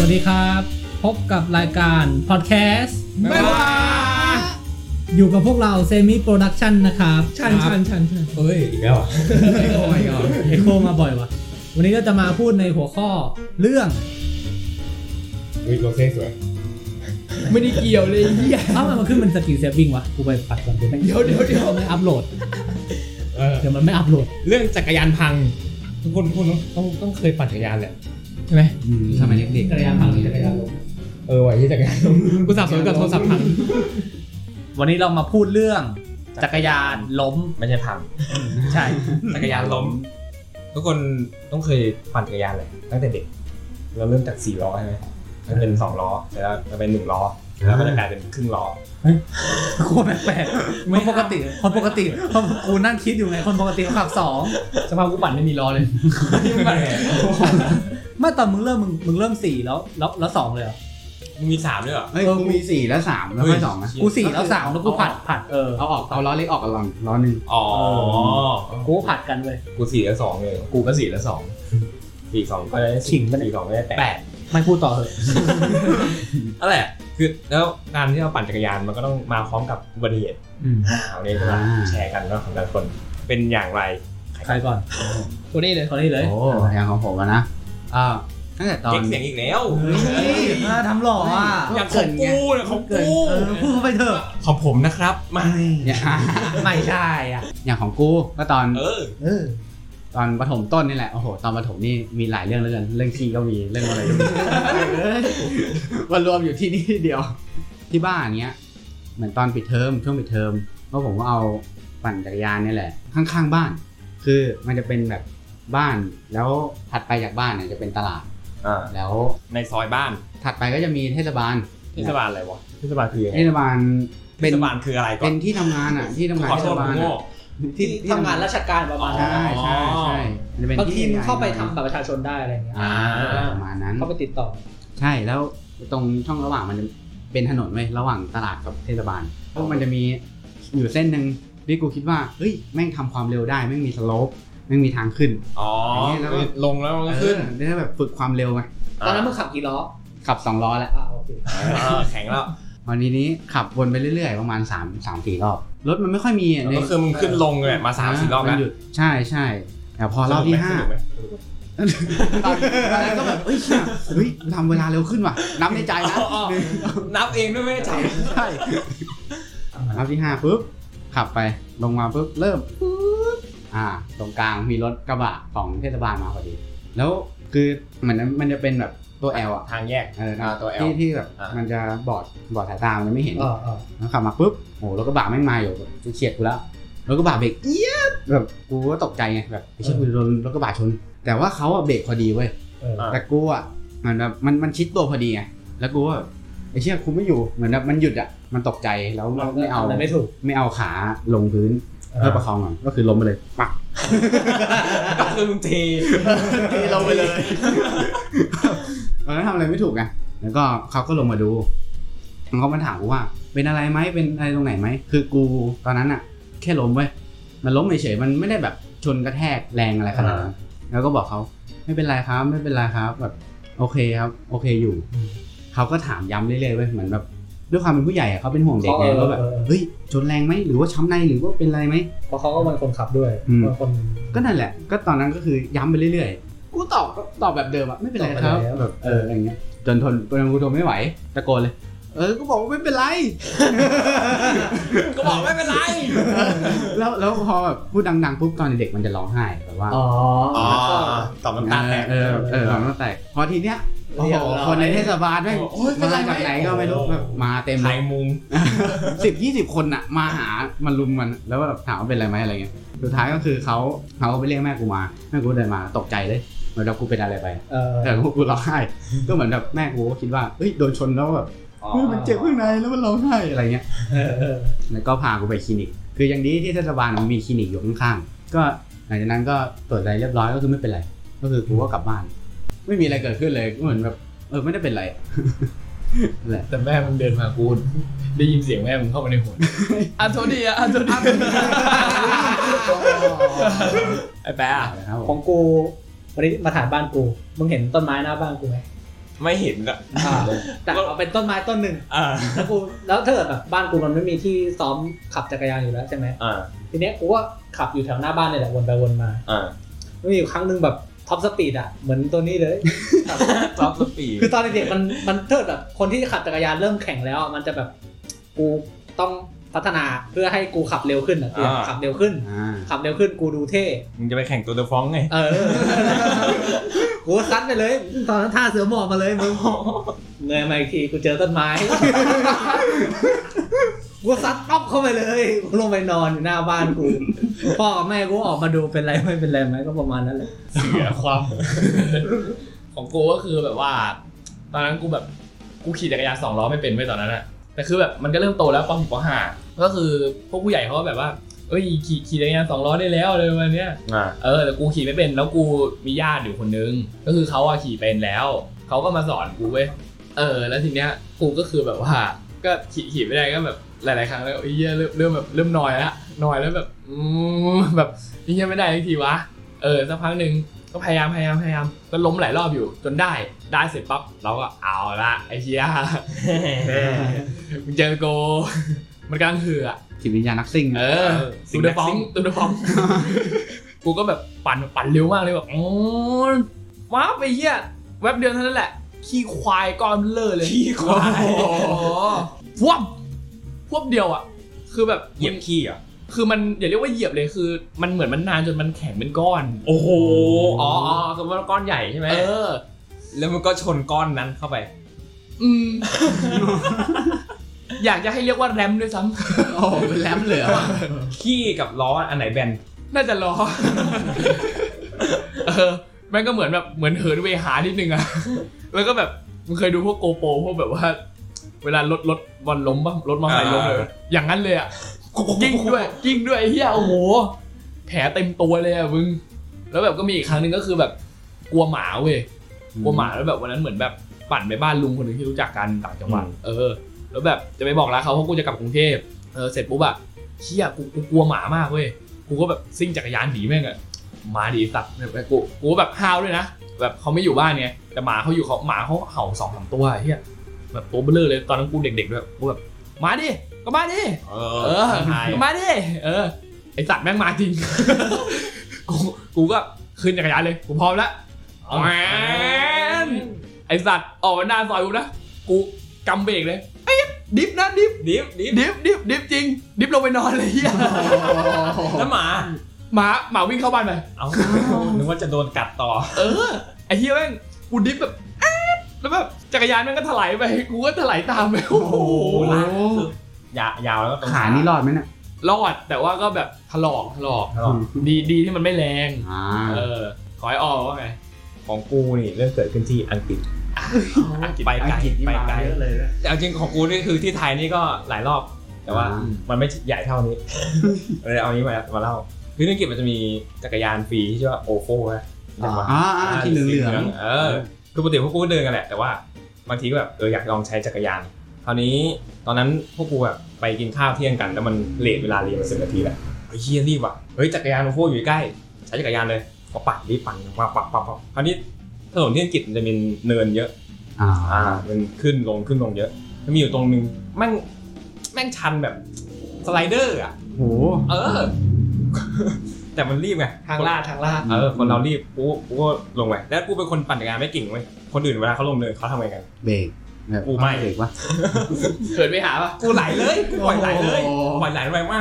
วัสดีครับ พบกับรายการพอดแคสต์ ไม่ว่า อยู่กับพวกเราเซมิโปรดักชันนะครับ ชันชันชันชัน เอ้ยอีกแล้วเหรอ โอ้ยเอโคมาบ่อยวะวันนี้ก็จะมาพูดในหัวข้อเรื่อง วิโรเซ่สวย ไม่ได้เกี่ยวเลยไอ้เหี้ย เอ้ามันมาขึ้นเป็นสกิลเซฟวิ่งวะกูไปปัดก่อนเป็น เดี๋ยวเดี๋ยวเดี๋ยว ไม่อัพโหลด เออ เดี๋ยวมันไม่อัพโหลด เรื่องจักรยานพัง ทุกคนทุกคนต้องต้องต้องเคยปั่นจักรยานแหละใช่ไหม สมัยเด็ก จักรยานพังหรือจักรยานลม เออไหวที่จักรยานกูสับสนกับโทรศัพท์พัง วันนี้เรามาพูดเรื่องจักรยานล้ม ไม่ใช่พัง ใช่ จักรยานล้ม ทุกคนต้องเคยปั่นจักรยานเลยตั้งแต่เด็ก เราเริ่มจากสี่ล้อใช่ไหมมันเป็นสองล้อเสร็จแล้วมันเป็นหนึ่งล้อแล้วมันจะกลายเป็นครึ่งล้อ โคตรแปลกๆคนปกติคนปกติคนกูนั่งคิดอยู่ไง คนปกติเขาขับสอง สภาพกูปั่นไม่มีล้อเลย เมื่อตอนมึงเริ่มมึงมึงเริ่มสี่แล้วแล้วแล้วสองเลยเหรอ มึงมีสามด้วยเหรอ เฮ้ยกูมีสี่แล้วสามแล้วค่อยสองนะ กูสี่แล้วสามแล้วกูผัดผัดเออ เอาออกเอาล้อเล็กออกกันลองล้อหนึ่ง อ๋อ กูผัดกันเลย กูสี่แล้วสองเลย กูก็สี่แล้วสอง สี่สองก็ได้ ขิงปะเนี่ย สี่สองก็ได้แปด แปด ไม่พูดต่อเถอะ นั่นแหละ คือแล้วการที่เราปั่นจักรยานมันก็ต้องมาพร้อมกับอุบัติเหตุเอาเนี่ยมาแชร์กันเนาะของแต่ละคนเป็นอย่างไร ใครก่อน กูนี่เลย คนนี้เลย โอ้ยางของผมอะนะอ่าตั้งแต่ตอน เก่งเสียงอีกแล้ว น่าทำหล่ออ่ะ อยากของกูนะของ เกิน กู เออพูดเข้าไปเถอะ ของผมนะครับไม่ เนี่ย อ่ะ ไม่ใช่อ่ะ อย่างของกูก็ตอน เออ เออ ตอนปฐมต้นนี่แหละโอ้โหตอนปฐมนี่มีหลายเรื่องเหลือเกินเรื่องที่ก็มีเรื่องอะไรก็มีเอ้ยมารวมอยู่ที่นี่เดียว ที่บ้านเนี้ยเหมือนตอนปิดเทอมช่วงปิดเทอมก็ผมก็เอาปั่นจักรยานนี่แหละ ข้างๆบ้าน คือมันจะเป็นแบบบ้านแล้วถัดไปจากบ้านเนี่ยจะเป็นตลาด อ่า แล้ว ในซอยบ้าน ถัดไปก็จะมีเทศบาล เทศบาลอะไรวะเทศบาลคือยังไง เทศบาล เท เป็น ศบาลคืออะไรก่อ เป็น นที่ทำงานอ่ะ ที่ทำงาน ขอ เท โท ศ ษ บาล โง่ อะที่ ทำงานราชการประมาณนั้น ใช่ใช่ใช่มันจะเป็น บางทีมึง ทำ เข้าไปทำบัตรประชาชนได้อะไรเงี้ย อ่าประมาณนั้น เข้าไปติดต่อ ใช่แล้วตรงช่องระหว่างมันเป็นถนนไว้ยระหว่างตลาดกับเทศบาลเพราะมันจะมีอยู่เส้นหนึ่งที่กูคิดว่าเฮ้ยแม่งทำความเร็วได้แม่งมีสโลปแม่งมีทางขึ้น อ๋อ อันนี้แล้วก็ ลงแล้วมันก็ขึ้น เออได้แบบฝึกความเร็วไง อตอนนั้นมึงขับกี่ล้อ ขับสองล้อแหละ อ่าโอเค เออแข็งแล้ว วันนี้นี้ขับวนไปเรื่อยๆประมาณ3ามสามสี่รอบรถมันไม่ค่อยมีอะใน ก็คือมึงขึ้นลงเลยมาสามสี่รอบแล้ว นหยุดใช่ใช่แต่พอรอบที่ห้า สนุกไม ตอนตอนนั้นก็แบบเอ้ยเชี่ยเฮ้ยทำเวลาเร็วขึ้นว่ะนับในใจ อ๋ นะ ออ๋อนับเองด้วยไม่ได้จับ ใช่รอบที่ห้าปุ๊บขับไปลงมาปุ๊บเริ่มปุ๊บอ่า ตรงกลางมีรถกระบะของเทศบาลมาพอดี แล้วคือเหมือนมันจะเป็นแบบตัวแอลอะ ทางแยก เออ อ่าตัว L ที่ที่แบบ อ่ามั มันจะบอดบอดสายตามันจะไม่เห็น อ่าอ่า แล้วขับมาปุ๊บโอ้โหรถกระบะแม่งมาอยู่แบบจะเฉียดกูแล้วรถกระบะเบรกเอี๊ยดแบบกูก็ตกใจไงแบบไม่ใช่กูโดนรถกระบะชน แต่ว่าเขาอะเบรกพอดีเว้ย เออ แต่กูอะมันแบบมันมันชิดตัวพอดีไงแล้วกูก็แบบไอ้เชี่ยกูไม่อยู่เหมือนแบบมันหยุดอะมันตกใจแล้วไม่เอา ะรไม่ถูก ไม่เอาขาลงพื้นเพื่อประคองก่อนก็คือล้มไปเลยปัก ก็คือมึงเท เราไปเลยตอนนั้นทำอะไรไม่ถูกไงแล้วก็เขาก็ลงมาดูมันก็มาถามกูว่า เป็นอะไรไหมเป็นอะไรตรงไหนไหมคือกูตอนนั้นอะ แค่ล้มเว้ย มันล้มเฉยๆ มันไม่ได้แบบชนกระแทกแรงอะไรขนาดนั้น แล้วก็บอกเขาไม่เป็นไรครับ ไม่เป็นไรครับ แบบโอเคครับ โอเคอยู่ เขาก็ถามย้ำเรื่อยๆเว้ย เหมือนแบบด้วยความเป็นผู้ใหญ่อะเขาเป็นห่วงเด็กไงว่าแบบ เฮ้ย ชนแรงไหม หรือว่าช้ำใน หรือว่าเป็นอะไรไหม เพราะเขาก็เป็นคนขับด้วย อืม เป็นคน ก็นั่นแหละ ก็ตอนนั้นก็คือย้ำไปเรื่อยๆ กูตอบก็ตอบแบบเดิมอะไม่เป็นไรครั ต บ อบไปแล้ว แบบเอออะไรเงี้ย จนทนจนกูทนไม่ไหว ตะโกนเลย เออ ก็บอกว่าไม่เป็นไร ก็บอกไม่เป็นไร แล้วแล้วพอแบบพูดดังๆปุ๊บตอนเด็กๆมันจะร้องไห้แบบว่า อ๋อ อ๋อตอบน้ำตาแตก เออเออหลังน้ำแตกพอทีเนี้ยโอ้โหคนในเทศบาลแม่ง โอ้ย มาจากไหนก็ไม่รู้ โอ้โห แบบมาเต็ม ไทยมุง สิบยี่สิบคนอะมาหามันลุมมันแล้วแบบถามว่าเป็นอะไรไหมอะไรเงี้ยสุดท้ายก็คือเขาเขาไปเรียกแม่กูมาแม่กูเดินมาตกใจเลยเหมือนแบบกูเป็นอะไรไป เออ แต่กูร้องไห้ก็เหมือนแบบแม่กูก็คิดว่าเฮ้ยโดนชนแล้วแบบเฮ้ยมันเจ็บข้างในแล้วมันร้องไห้อะไรเงี้ย เออเออ แล้วก็พากูไปคลินิก คืออย่างดีที่เทศบาลมันมีคลินิกอยู่ข้างๆก็หลังจากนั้นก็ตรวจอะไรเรียบร้อยก็คือไม่เป็นไร ก็คือกูก็กลับบ้าน ไม่มีอะไรเกิดขึ้นเลยก็เหมือนแบบเออไม่ได้เป็นไร นั่นแหละ แต่แม่มึงเดินมากูได้ยินเสียงแม่มึงเข้ามาในหัว อ่ะโทษดีอ่ะอ่ะโทษดี ไอ้แปะอะ นะครับผ ขอ ม งกูวันนี้มาถ่ายบ้านกูมึงเห็นต้นไม้หน้าบ้านกูไหม ไม่เห็นอะ อ่าแต่เอาเป็นต้นไม้ต้นหนึ่ง อ่า แล้วกูแล้วถ้าเกิดแบบบ้านกูมันไม่มีที่ซ้อมขับจักรยานอยู่แล้วใช่ไหม อ่า ทีเนี้ยกูก็ขับอยู่แถวหน้าบ้านเนี่ยแหละวนไปวนมา อ่า ไม่มีอยู่ครั้งหนึ่งแบบท็อปสปีดอ่ะเหมือนตัวนี้เลย ท็อปสปีด คือตอนเด็กๆมันมันเทิดแบบคนที่ขับจักรยานเริ่มแข่งแล้วอะมันจะแบบกูต้องพัฒนาเพื่อให้กูขับเร็วขึ้นอ่ะกูอยากขับเร็วขึ้น อ่า ขับเร็วขึ้นกูดูเท่ มึงจะไปแข่งตัวเดอะฟองไง เออ กูซัดไปเลย ตอนนั้นท่าเสือหมอบมาเลยมึงเงยมาอีกทีกูเจอต้นไม้ กูซัดป๊อปเข้าไปเลยกูลงไปนอนอยู่หน้าบ้านกู พ่อกับแม่กูออกมาดูเป็นไรไหม่เป็นไรไหมก็ประมาณนั้นแหละ เสียความ ของกูก็คือแบบว่า ตอนนั้นกูแบบกูขี่จักรยานสองล้อไม่เป็นไว้ยตอนนั้นอะแต่คือแบบมันก็เริ่มโตแล้วปหกปห้าก็คือพวกผู้ใหญ่เขาก็แบบว่าเอ้ยขี่ขี่จักรยานสองล้อได้แล้วเลยวันเนี้ย อ่า เออแต่กูขี่ไม่เป็นแล้วกูมีญาติอยู่คนนึง ก็คือเขาอะขี่เป็นแล้วเขาก็มาสอนกูเว้ยเออ แล้วทีเนี้ยกูก็คือแบบว่า ก็ขี่ขี่ไม่ได้ก็แบบหลาย ๆ ครั้งแล้วไอ้เหี้ยเริ่มเริ่มแบบเริ่มนอยละนอยแล้วแบบอืมแบบไอ้เหี้ยไม่ได้ทักทีวะเออสักพักหนึ่งก็พยายามพยายามพยายามก็ล้มหลายรอบอยู่จนได้ได้เสร็จปั๊บเราก็เอาละไอ้เหี้ยมึงเจอโก มันกำลังเหือ จิตวิญญาณนักซิ่ง เออตูสิ่ง เดฟอง Maxing ตูเด ฟอง กูก็แบบปั่นปั่นเร็วมากเลยแบบอ๋อว้าไปเหี้ยแวบเดียวเท่านั้นแหละ ขี้ควายก้อนเลอะเลย ขี้ควายพวบพวบเดียวอ่ะ คือแบบ เหยียบขี้เหรอ่ะ คือมันอย่าเรียกว่าเหยียบเลยคือ มันเหมือนมันนานจนมันแข็งเป็นก้อน โอ้โห อ๋ออ๋อคือมันก้อนใหญ่ใช่ไหม เออ แล้วมันก็ชนก้อนนั้นเข้าไป อื ม อยากจะให้เรียกว่าแรมด้วยซ้ โอ้โหเป็นแรมเลยเหรอ ขี้กับล้ออันไหนแบน ำน่าจะรอ เออแม่งก็เหมือนแบบเหมือนเหินเวหานิดนึงอะ แล้วก็แบบมึงเคยดูพวกโกโปรพวกแบบว่า เวลารถรถบอลล้มบ้างรถมอเตอร์ไซค์ล้มเลย อ่า อย่างนั้นเลยอะยิ่งด้วยยิ่งด้วยไอ้เฮียโอ้โหแผลเต็มตัวเลยอะมึง แล้วแบบก็มีอีกครั้งหนึ่งก็คือแบบกลัวหมาเว้ยกลัวหมาแล้วแบบวันนั้นเหมือนแบบปั่นไปบ้านลุงคนหนึ่งที่รู้จักกันต่างจังหวัดเออ แล้วแบบจะไปบอกรักเขาเพราะกูจะกลับกรุงเทพเออเสร็จปุ๊บอะเฮียกูกูกลัวหมามากเว้ย กูก็แบบซิ่งจักรยานหนีแม่งอะหมาดีสัตว์แบบกูกูแบบห้าวด้วยนะ แบบเขาไม่อยู่บ้านไงแต่หมาเขาอยู่เขาหมาเขาเห่าสองสามตัวไอ้เฮียแบบตัวเบลอเลยตอนนั้นกูเด็กๆด้วยกูแบบมาดิก็มาดิ เอ เออมาดิเออไอสัตว์แม่งมาจริง กูกูก็ขึ้นจักรยานเลยกูพร้อมแล้วแหวนไอสัตว์ออกมาหน้าซอยกูนะกูกำเบรกเลยเอ้ยดิฟนะดิฟ ดิฟดิฟ ดิฟดิฟดิฟจริง ดิฟลงไปนอนเลยเฮีย แล้วหมา หมาหมาวิ่งเข้าบ้านไป เอ้านึกว่าจะโดนกัดต่อ เออ ไอ้เฮียแม่งกูดิฟแบบแอ๊ดแล้วแบบจักรยานแม่งก็ถลายไป กูก็ถลายตามไป โอ้โห ยายาวแล้วก็ตรง ขานี่รอดไหมเนี่ย รอดแต่ว่าก็แบบถลอกถลอก ตลอด ดีดีที่มันไม่แรง อ่า เออ ขอให้ออกว่าไง ของกูนี่เรื่องเกิดขึ้นที่อังกฤษ อังกฤษ ไป อั ไก ง ล กฤษนี่ ไป มา ไกล เยอะเลยนะ แต่เอาจริงของกูนี่คือที่ไทยนี่ก็หลายรอบ แต่ว่า อ่า มันไม่ใหญ่เท่า นี้ เลยเอานี้มามาเล่าคือที่อังกฤษมันจะมีจักรยานฟรีที่ชื่อว่าโอโฟนะใช่ปะ อ่าอ่าที่เหลืองเหลือง เออ คือปกติพวกกูก็เดินกันแหละ แต่ว่าบางทีก็แบบเอออยากลองใช้จักรยาน คราวนี้ตอนนั้นพวกกูแบบไปกินข้าวเที่ยงกัน แล้วมันเลทเวลาเรียนมาสิบนาทีแหละเฮ้ยเฮียรีบว่ะ เฮ้ยจักรยานของพวกอยู่ใกล้ ใช้จักรยานเลยพอปั่นรีบปั่นมาปักปักปักคราวนี้ถนนที่อังกฤษมันจะเป็นเนินเยอะ ๆอ่า อ่ามันขึ้นลงขึ้นลงเยอะมันมีอยู่ตรงนึงแม่งแม่งชันแบบสไลเดอร์อ่ะ โห เออ แต่มันรีบไง ทางลาดทางลาด เออคนเรารีบกูกูก็ลงไปแล้วกูเป็นคนปั่นจักรยานไม่เก่งเว้ยคนอื่นเวลาเขาลงเนินเขาทำไงกัน เบรกแบบ กูไม่ เบรกวะ เกิดไม่หาปะ กูไหลเลยกูปล่อยไหลเลย โอ้โห ปล่อยไหลไปมา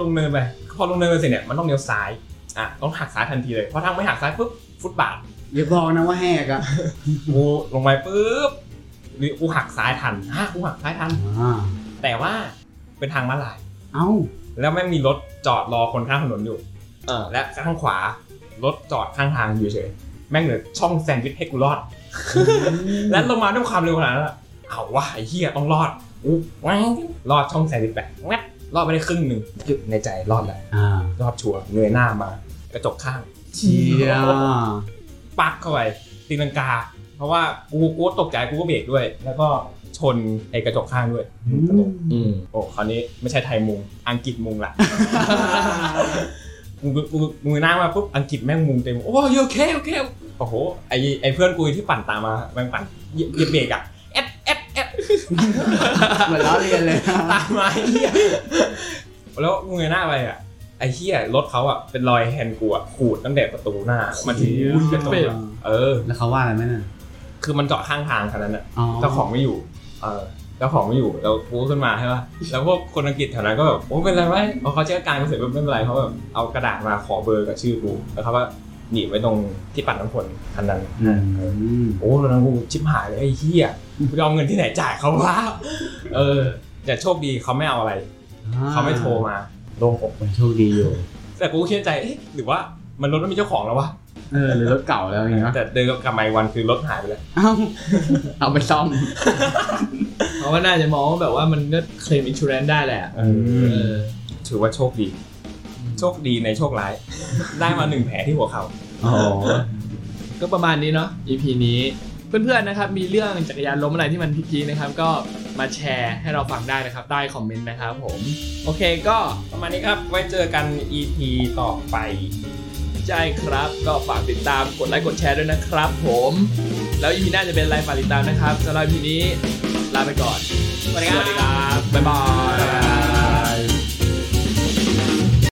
ลงเนินไปพอลงเนินไปเสร็จเนี่ยมันต้องเลี้ยวซ้ายอ่ะต้องหักซ้ายทันทีเลยเพราะถ้าไม่หักซ้ายปุ๊บฟุตบาท อย่าบอกนะว่าแหกอ่ะ กูลงไปปุ๊บนี่กูหักซ้ายทันฮะกูหักซ้ายทัน อ่า แต่ว่าเป็นทางม้าลาย เอ้า แล้วแม่งมีรถจอดรอคนข้ามถนนอยู่และข้างขวารถจอดข้างทางอยู่เฉยแม่งเหลือช่องแซนด์วิชให้กูรอด และลงมาด้วยความเร็วขนาดนั้นอะเอาวะไอ้เหี้ยต้องรอดอุ๊บแว้งรอดช่องแซนด์วิชแปะแว๊บรอดไปได้ครึ่งหนึ่งจุดในใจรอดแล้ว อ่าร อดชัวร์เงยหน้ามากระจกข้าง เชีย ปักเข้าไปตีลังกา เพราะว่ากูกูตกใจกูก็เบรกด้วย แล้วก็ชนไอ้กระจกข้างด้วย อื ตลก ม อืม โอ้ คราวนี้ไม่ใช่ไทยมุง อังกฤษมุงละ มึงมึงมึงหน้ามาปุ๊บ อังกฤษแม่งมุงเต็ม โอ้ยโอเคโอเค โอ้โหไอไอเพื่อนกูที่ปั่นตามมาแม่งปั่นเหยียบเหยียบเบรกอะแอดแอดแอด เหมือนล้อเรียนเลย ตาม มาไอ้เหี้ยแล้วมึงเงยหน้าไปอะไอ้เหี้ยรถเขาอะเป็นรอยแฮนด์กูอะขูดตั้งแต่ประตูหน้ามันถึงกระจกอะเออ แล้วเขาว่าอะไรไหมน่ะ คือมันจอดข้างทางเท่านั้นอะ อ๋อ เจ้าของไม่อยู่ เออเจ้าของไม่อยู่ แล้วกูก็ขึ้นมาใช่ป่ะ แล้วพวกคนอังกฤษแถวนั้นก็แบบ โอ้เป็นไรไหมพอเขาเช็คอาการเขาเสร็จปุ๊บไม่เป็นไรเขาแบบเอากระดาษมาขอเบอร์กับชื่อกู แล้วเขาก็หนีบไว้ตรงที่ปัดน้ำฝนอันนั้น อืม โอ้ตอนนั้นกูชิบหายเลยไอ้เหี้ยกูจะเอาเงินที่ไหนจ่ายเขาวะ เออ แต่โชคดีเขาไม่เอาอะไร เขาไม่โทรมาโล่งอก มันโชคดีอยู่ แต่กูก็คิดในใจเอ๊ะหรือว่ามันรถไม่มีเจ้าของแล้ววะ เออหรือรถเก่าแล้วอย่างเงี้ย แต่เดินกลับมาอีกวันคือรถหายไปแล้ว เอ้าเอาไปซ่อม เขาก็น่าจะมองว่าแบบว่ามันก็เคลมอินชูแรนได้แหละ เอ เอ อ อ ถือว่าโชคดี โชคดีในโชคร้าย ได้มาหนึ่งแผลที่หัวเขา อ๋อ ก็ประมาณนี้เนาะ EP นี้ เพื่อนๆนะครับมีเรื่องจักรยานล้มอะไรที่มันพีคๆนะครับ ก็มาแชร์ให้เราฟังได้นะครับใต้คอมเมนต์นะครับผม โอเคก็ ประมาณนี้ครับ ไว้เจอกัน EP ต่อไป ใช่ครับ ก็ฝากติดตามกดไลค์กดแชร์ด้วยนะครับผม แล้ว EP หน้าจะเป็นอะไรฝากติดตามนะครับสำหรับ EP นี้ลาไปก่อน สวัสดีครับบ๊ายบาย